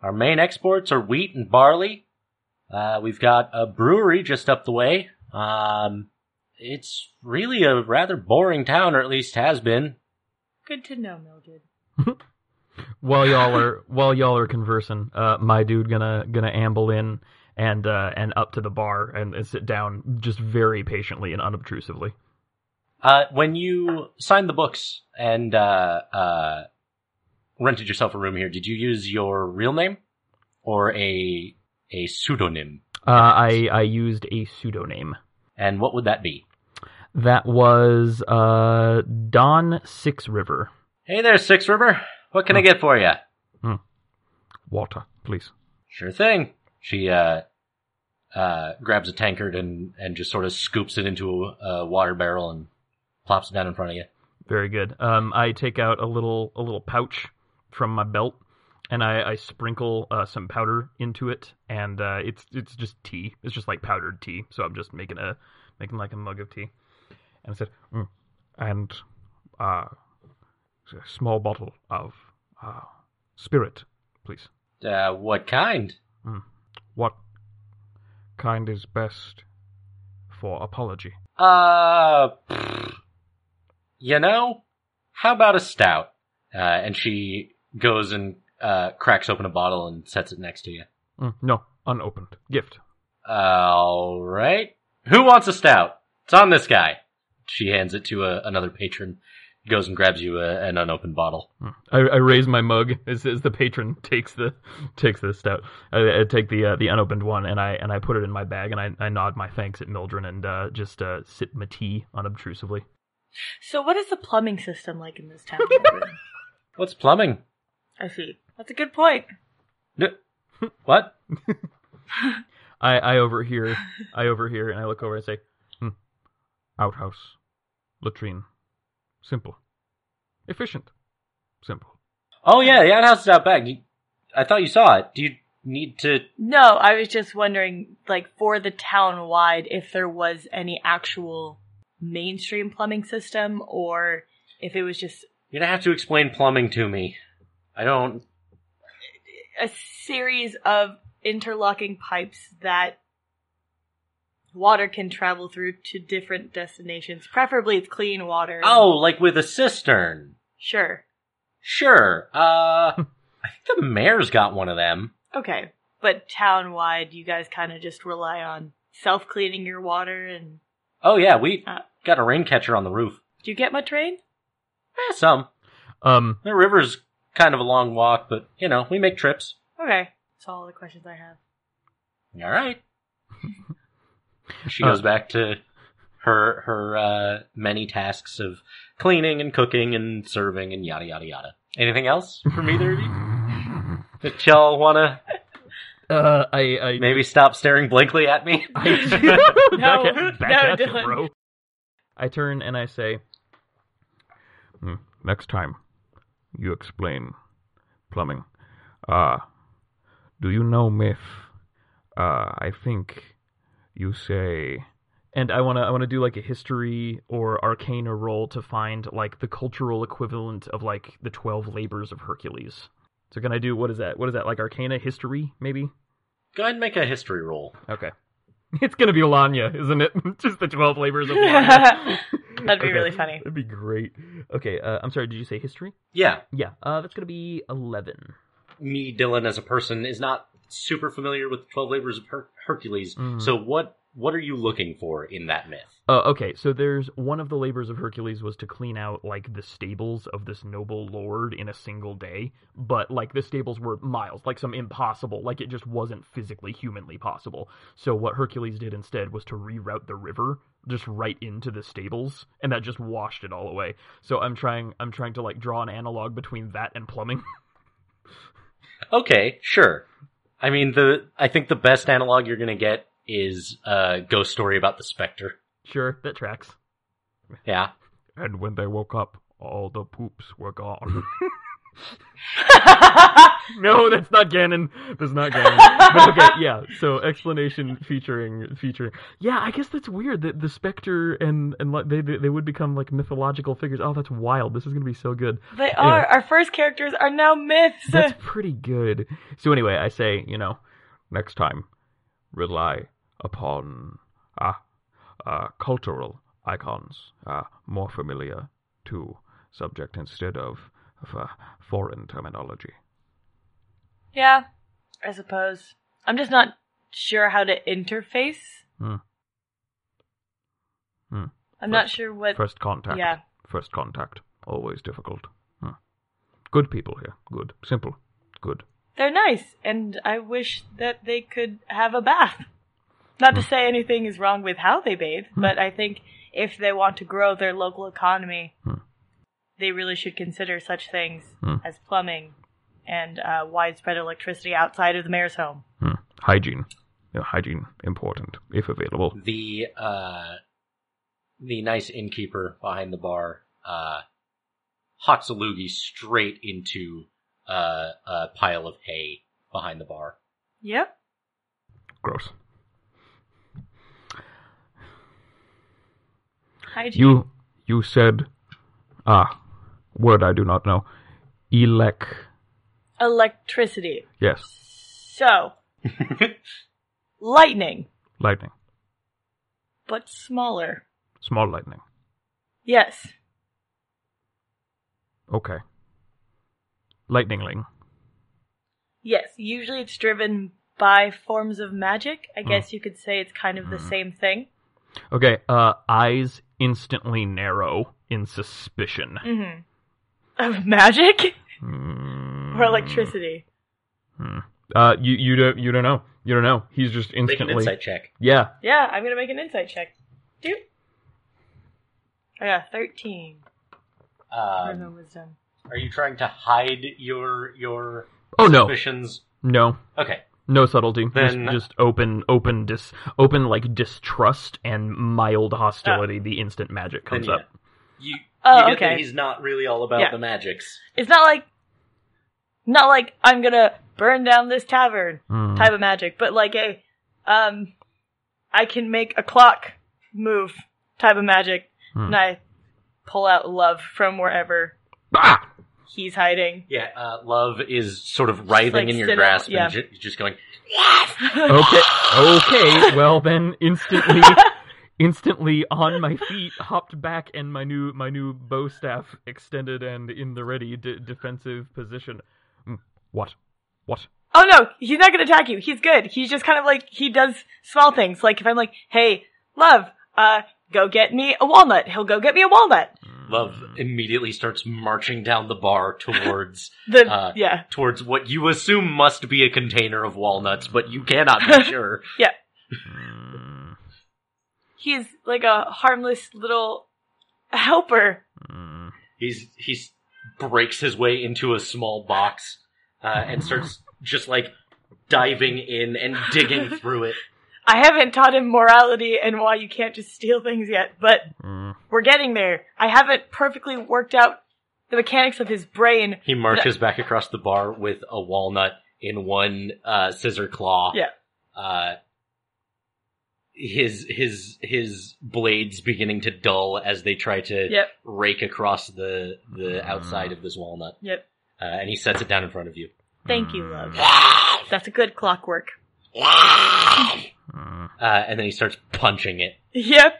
Our main exports are wheat and barley. Uh, we've got a brewery just up the way. Um, it's really a rather boring town, or at least has been. Good to know, Mildred. While y'all are while y'all are conversing, uh, my dude gonna gonna amble in and uh, and up to the bar and, and sit down just very patiently and unobtrusively. Uh, when you signed the books and uh, uh, rented yourself a room here, did you use your real name or a a pseudonym? Uh, I I used a pseudonym And what would that be? that was uh, Don Six River Hey there, Six River. What can I get for you? Water, please. Sure thing. She uh, uh, grabs a tankard and, and just sort of scoops it into a, a water barrel and plops it down in front of you. Very good. Um, I take out a little a little pouch from my belt, and I, I sprinkle uh, some powder into it, and uh, it's it's just tea. It's just like powdered tea. So I'm just making a making like a mug of tea. And I said, Mm. And uh, a small bottle of uh, spirit, please. Uh, what kind? What kind is best for apology? Uh, pfft. you know, how about a stout? Uh, and she goes and uh, cracks open a bottle and sets it next to you. Mm, no, unopened. Gift. All right. Who wants a stout? It's on this guy. She hands it to a, another patron. He goes and grabs you a, an unopened bottle. Hmm. I, I raise my mug as, as the patron takes the takes the stout. I, I take the uh, the unopened one and I and I put it in my bag and I, I nod my thanks at Mildred and uh, just uh, sip my tea unobtrusively. So, what is the plumbing system like in this town? Mildred? What's plumbing? I see. That's a good point. N- what? I, I overhear, I overhear, and I look over and say, "Hmm. Outhouse. Latrine. Simple. Efficient. Simple. Oh yeah, the outhouse is out back. You, I thought you saw it. Do you need to? No, I was just wondering, like, for the town wide, if there was any actual mainstream plumbing system or if it was just You're gonna have to explain plumbing to me. I don't. a series of interlocking pipes that water can travel through to different destinations. Preferably it's clean water. Oh, like with a cistern. Sure. Sure. Uh, I think the mayor's got one of them. Okay. But town wide, you guys kind of just rely on self cleaning your water. And uh, Oh yeah, we got a rain catcher on the roof. do you get my train? Eh, some. um, The river's kind of a long walk, but you know we make trips. Okay. That's all the questions I have. All right. she goes back to her her uh, many tasks of cleaning and cooking and serving and yada yada yada. Anything else from either of you that y'all want to uh, I, I, maybe stop staring blankly at me? back at, No, back no, at you, Dylan. bro. I turn and I say, Hmm. Next time, you explain plumbing. Uh, do you know myth? Uh, I think you say and I wanna, I wanna do like a history or arcana roll to find like the cultural equivalent of like the twelve labors of Hercules. So can I do what is that? What is that like arcana history maybe? Go ahead and make a history roll. Okay. It's gonna be Lanya, isn't it? Just the twelve labors of Lanya. That'd be really funny. That'd be great. Okay, uh, I'm sorry. Did you say history? Yeah, Yeah, uh, that's gonna be eleven. me Dylan as a person is not super familiar with the Twelve Labors of Her- Hercules. Mhm. So what what are you looking for in that myth? Uh, okay, so there's one of the labors of Hercules was to clean out like the stables of this noble lord in a single day, but like the stables were miles, like some impossible, like it just wasn't physically humanly possible. So what Hercules did instead was to reroute the river just right into the stables, and that just washed it all away. So I'm trying, I'm trying to like draw an analog between that and plumbing. Okay, sure. I mean, the I think the best analog you're gonna get is a ghost story about the specter. sure, that tracks. Yeah, And when they woke up, all the poops were gone. No, that's not canon. That's not canon. but okay, yeah. So explanation featuring featuring. Yeah, I guess that's weird that the Spectre and and like, they they they would become like mythological figures. Oh, that's wild. This is gonna be so good. they are. Our first characters are now myths. That's pretty good. So anyway, I say you know Next time, rely upon ah, uh, cultural icons ah, more familiar to subject instead of, of ah, uh, foreign terminology. Yeah, I suppose. I'm just not sure how to interface. Hmm. Hmm. I'm not sure what. First contact. Yeah. First contact. Always difficult. Hmm. Good people here. Good. Simple. Good. They're nice, and I wish that they could have a bath. Not Hmm. to say anything is wrong with how they bathe, but I think if they want to grow their local economy, Hmm. they really should consider such things as plumbing and uh, widespread electricity outside of the mayor's home. Hmm. Hygiene. Yeah, hygiene important if available. the uh, the nice innkeeper behind the bar uh, hots a loogie straight into uh, a pile of hay behind the bar. Yep. Gross. Hygiene. You you said ah word I do not know. Elec. Electricity. Yes. So, lightning, Lightning. but smaller. Small lightning. Yes. Okay. Lightningling. Yes, usually it's driven by forms of magic. I guess you could say it's kind of the same thing. okay. Uh, eyes instantly narrow in suspicion. Mm-hmm. Of magic Hmm. or electricity? Uh, you you don't you don't know you don't know. He's just Make an instantly insight check. yeah. Yeah, I'm gonna make an insight check. Do. I got a thirteen. Where's my Um, wisdom? are you trying to hide your your Oh no suspicions? no Okay. no subtlety. Then- just, just open open dis open like distrust and mild hostility. the instant magic comes Ah. Then, up. You, you Oh, get okay. that he's not really all about Yeah. the magics. It's not like, not like I'm gonna burn down this tavern Hmm. Mm-hmm. type of magic, but like a, um, I can make a clock move type of magic, and I pull out love from wherever Ah! he's hiding. Yeah, uh, love is sort of writhing like in your cinema- grasp yeah. and ju- just going, Okay. Okay. Well, then instantly, instantly on my feet, hopped back, and my new my new bow staff extended and in the ready d- defensive position. Hmm. What? What? Oh no, he's not gonna attack you. He's good. He's just kind of like he does small things. Like if I'm like, "Hey, love, uh, go get me a walnut," he'll go get me a walnut. love immediately starts marching down the bar towards The Uh, yeah, towards what you assume must be a container of walnuts, but you cannot be sure. yeah. he's like a harmless little helper. Hmm. He's he's breaks his way into a small box uh, and starts just like diving in and digging through it. I haven't taught him morality and why you can't just steal things yet, but Mm. Hmm. we're getting there. I haven't perfectly worked out the mechanics of his brain. He marches back across the bar with a walnut in one uh, scissor claw. Yeah. Uh, his his his blades beginning to dull as they try to Yep. rake across the the outside of this walnut, Yep. uh, and he sets it down in front of you. Thank you, love. That's a good clockwork. Mm. uh, and then he starts punching it. Yep.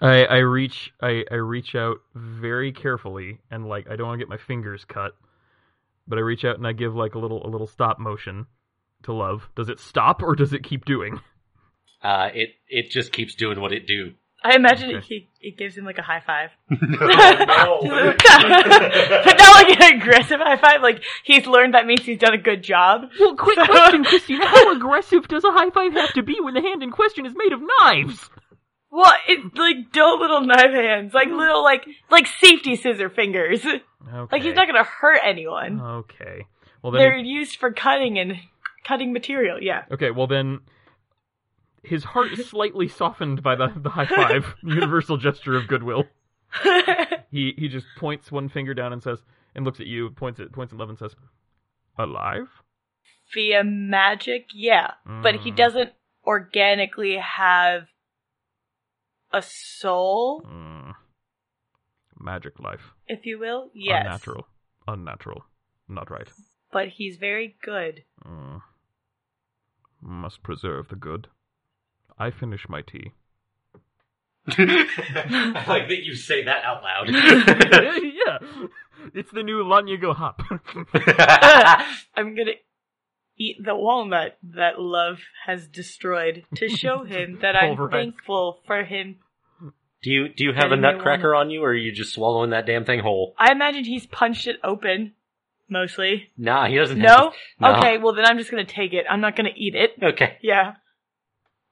I I reach I I reach out very carefully and like I don't want to get my fingers cut, but I reach out and I give like a little a little stop motion to love. Does it stop or does it keep doing? Uh, it it just keeps doing what it do. I imagine Okay. he, he gives him like a high five. no. but not like an aggressive high five. Like he's learned that means he's done a good job. Well, quick question, Christina. How aggressive does a high five have to be when the hand in question is made of knives? Well, it's like dull little knife hands, like little like like safety scissor fingers. Okay. Like he's not gonna hurt anyone. Okay. Well then. They're used for cutting and cutting material. Yeah. Okay. Well then. His heart is slightly softened by the, the high five, universal gesture of goodwill. He he just points one finger down and says, and looks at you, points at points at Levin, and says, "Alive? Via magic, yeah. But he Mm. doesn't organically have a soul, Mm-hmm. Mm. Magic life. if you will. Yes. Unnatural. Unnatural. Not right. But he's very good. Mm. Must preserve the good. I finish my tea. I like that you say that out loud. yeah, it's the new Lanya Go Hop." I'm gonna eat the walnut that love has destroyed to show him that I'm All right. thankful for him. do you do you have a Getting me nutcracker on you, or are you just swallowing that damn thing whole? I imagine he's punched it open, mostly. Nah, he doesn't. No? have No. Okay, well then I'm just gonna take it. I'm not gonna eat it. to- okay. Yeah.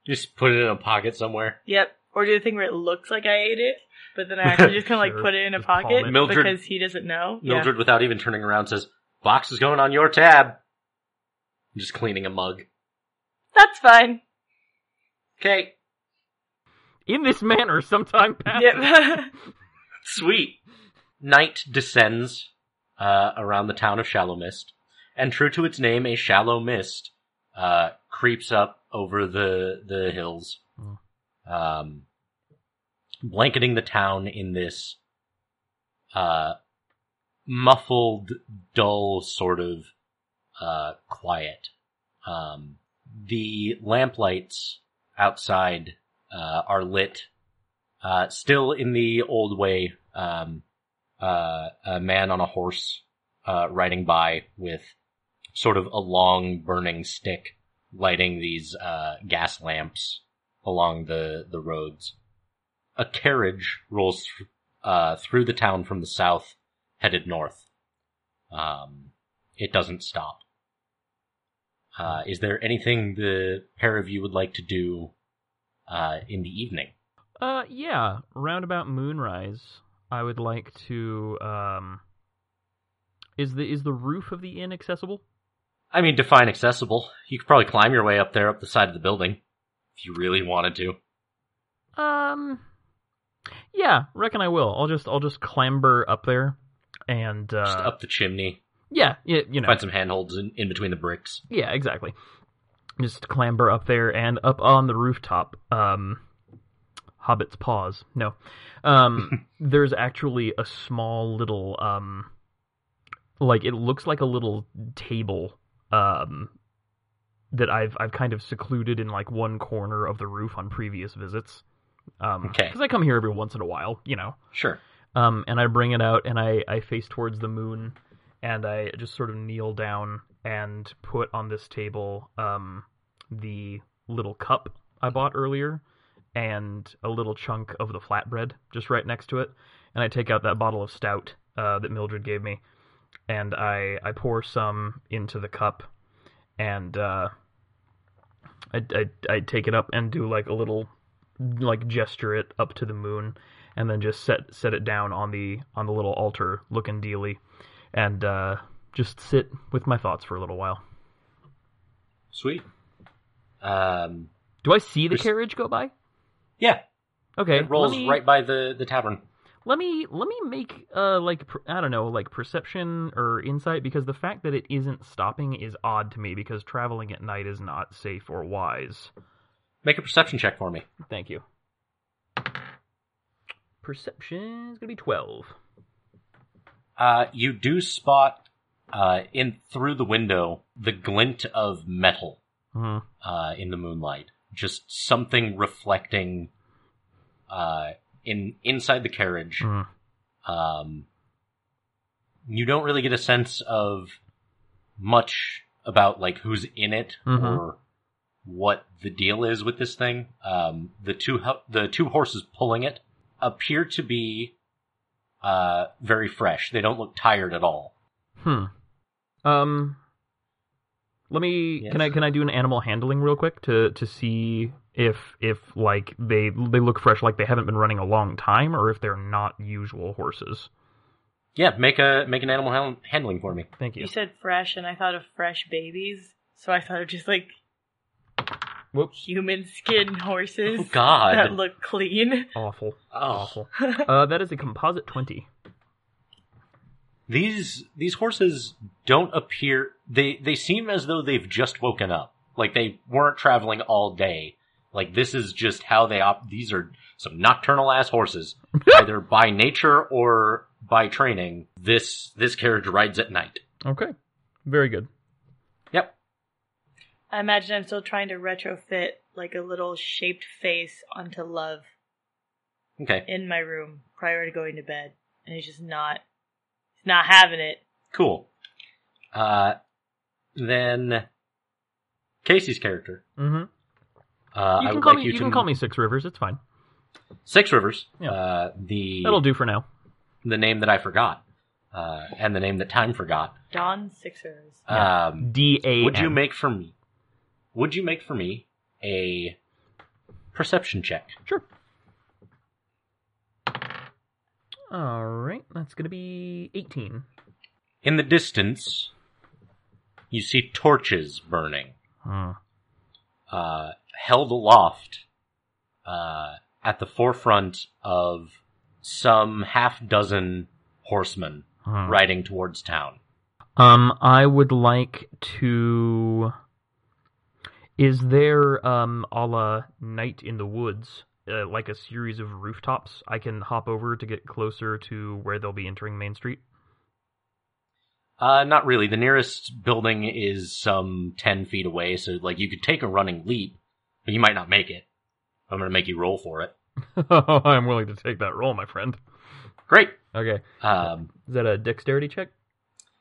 Just put it in a pocket somewhere. Yep. Or do the thing where it looks like I ate it, but then I actually just kind of like Sure. put it in a Just palm pocket it. Mildred- because he doesn't know. Mildred, without even turning around, says, "Box is going on your tab." I'm just cleaning a mug. Yeah. That's fine. Okay, In this manner, sometime passes. Yep. sweet. Night descends uh, around the town of Shallow Mist, and true to its name, a shallow mist uh, creeps up over the the hills, Hmm. um, blanketing the town in this uh, muffled, dull sort of uh, quiet. Um, the lamplights outside uh, are lit, uh, still in the old way. Um, uh, a man on a horse uh, riding by with sort of a long burning stick, lighting these uh, gas lamps along the the roads. A carriage rolls th- uh, through the town from the south, headed north. Um, it doesn't stop. Uh, is there anything the pair of you would like to do uh, in the evening? Uh, yeah. Roundabout moonrise. I would like to. Um, is the is the roof of the inn accessible? I mean, define accessible. You could probably climb your way up there, up the side of the building, if you really wanted to. Um, yeah. Reckon I will. I'll just I'll just clamber up there, and uh, Just up the chimney, yeah, yeah, you know, find some handholds in, in between the bricks. yeah, exactly. Just clamber up there and up on the rooftop. Um, Hobbit's paws. No, um, there's actually a small little um, like it looks like a little table um that I've I've kind of secluded in like one corner of the roof on previous visits. Um, Okay. Because I come here every once in a while, you know. Sure. Um, and I bring it out and I, I face towards the moon and I just sort of kneel down and put on this table um, the little cup I bought earlier and a little chunk of the flatbread just right next to it. And I take out that bottle of stout uh, that Mildred gave me and I, I pour some into the cup and uh, I, I, I take it up and do like a little like gesture it up to the moon and then just set set it down on the on the little altar looking dealy and uh just sit with my thoughts for a little while. Sweet. Um, Do I see the Just- carriage go by? yeah, Okay. it rolls let me, right by the, the tavern. Let me let me make uh like per, I don't know like perception or insight because the fact that it isn't stopping is odd to me because traveling at night is not safe or wise. Make a perception check for me. Thank you. Perception is gonna be twelve. Uh, you do spot uh, in through the window the glint of metal Mhm. uh, in the moonlight. Just something reflecting uh, in inside the carriage. Mhm. Um, you don't really get a sense of much about like who's in it Mhm. or what the deal is with this thing. Um, the two ho- the two horses pulling it appear to be uh, very fresh. They don't look tired at all. Hmm. Um. Let me. Yes. Can I can I do an animal handling real quick to to see if if like they they look fresh, like they haven't been running a long time, or if they're not usual horses. Yeah, make a make an animal han- handling for me. Thank you said fresh, and I thought of fresh babies, so I thought of just like Whoops. human skin horses Oh God! that look clean. Awful. oh, Awful. uh, that is a composite twenty. These these horses don't appear they they seem as though they've just woken up. Like they weren't traveling all day. Like this is just how they op these are some nocturnal ass horses. either by nature or by training, this this carriage rides at night. Okay. Very good. Yep. I imagine I'm still trying to retrofit like a little shaped face onto love Okay. in my room prior to going to bed, and he's just not, he's not having it. Cool. Uh then Casey's character. Mm-hmm. Uh I You can would call like me. you You, to can call me Six Rivers. It's fine. Six Rivers. Yeah. Uh, the That'll do for now. the name that I forgot, uh, and the name that time forgot. Dawn Sixers. Yeah. Um, D A. would you make for me? Would you make for me a perception check? Sure. All right, that's gonna be eighteen. In the distance, you see torches burning, Hmm. uh, held aloft uh, at the forefront of some half dozen horsemen Hmm. riding towards town. Um, I would like to. Is there um a la Night in the Woods, uh, like a series of rooftops? I can hop over to get closer to where they'll be entering Main Street. Uh, not really. The nearest building is some ten feet away, so like you could take a running leap, but you might not make it. I'm gonna make you roll for it. I'm willing to take that role, my friend. Great. Okay, Um, is that a dexterity check?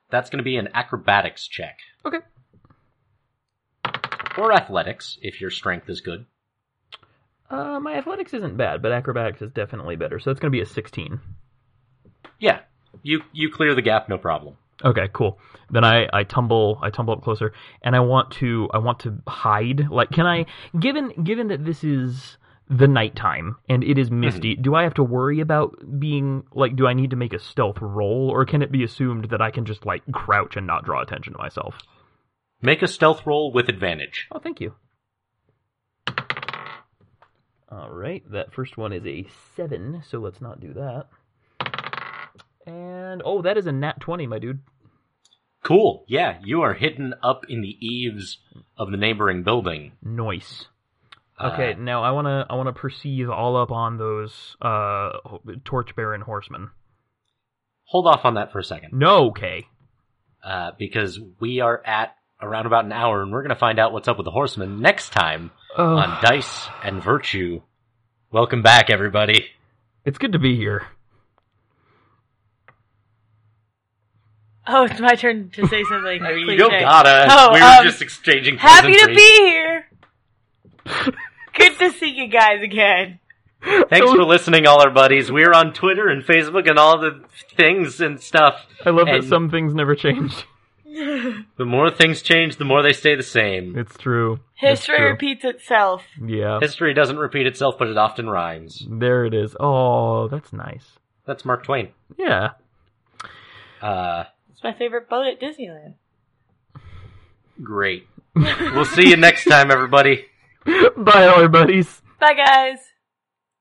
that's gonna be an acrobatics check Okay. or athletics if your strength is good. Uh, my athletics isn't bad, but acrobatics is definitely better. So that's gonna be a sixteen. Yeah, you you clear the gap, no problem. Okay, cool. Then I, I tumble I tumble up closer and I want to I want to hide. Like can I given given that this is the nighttime and it is misty, do I have to worry about being like do I need to make a stealth roll or can it be assumed that I can just like crouch and not draw attention to myself? Make a stealth roll with advantage. Oh, thank you. All right, that first one is a 7, so let's not do that. And oh, that is a nat 20, my dude. Cool. Yeah, you are hidden up in the eaves of the neighboring building. Noise. Uh, Okay, now I wanna I wanna perceive all up on those uh torch bearing horsemen. hold off on that for a second. No, okay. uh, because we are at around about an hour and we're going to find out what's up with the horsemen next time Oh, on Dice and Virtue. Welcome back, everybody. it's good to be here. Oh, it's my turn to say something. I mean, cliche. you gotta. Oh, we were um, just exchanging Happy to pleasantries. be here. Good to see you guys again. Thanks for listening, all our buddies. We're on Twitter and Facebook and all the things and stuff. I love And- that some things never change. The more things change, the more they stay the same. It's true. It's History true. repeats itself. Yeah, History doesn't repeat itself, but it often rhymes. there it is. Oh, that's nice. That's Mark Twain. Yeah. Uh, It's my favorite boat at Disneyland. great. We'll see you next time, everybody. Bye, all our buddies. Bye, guys.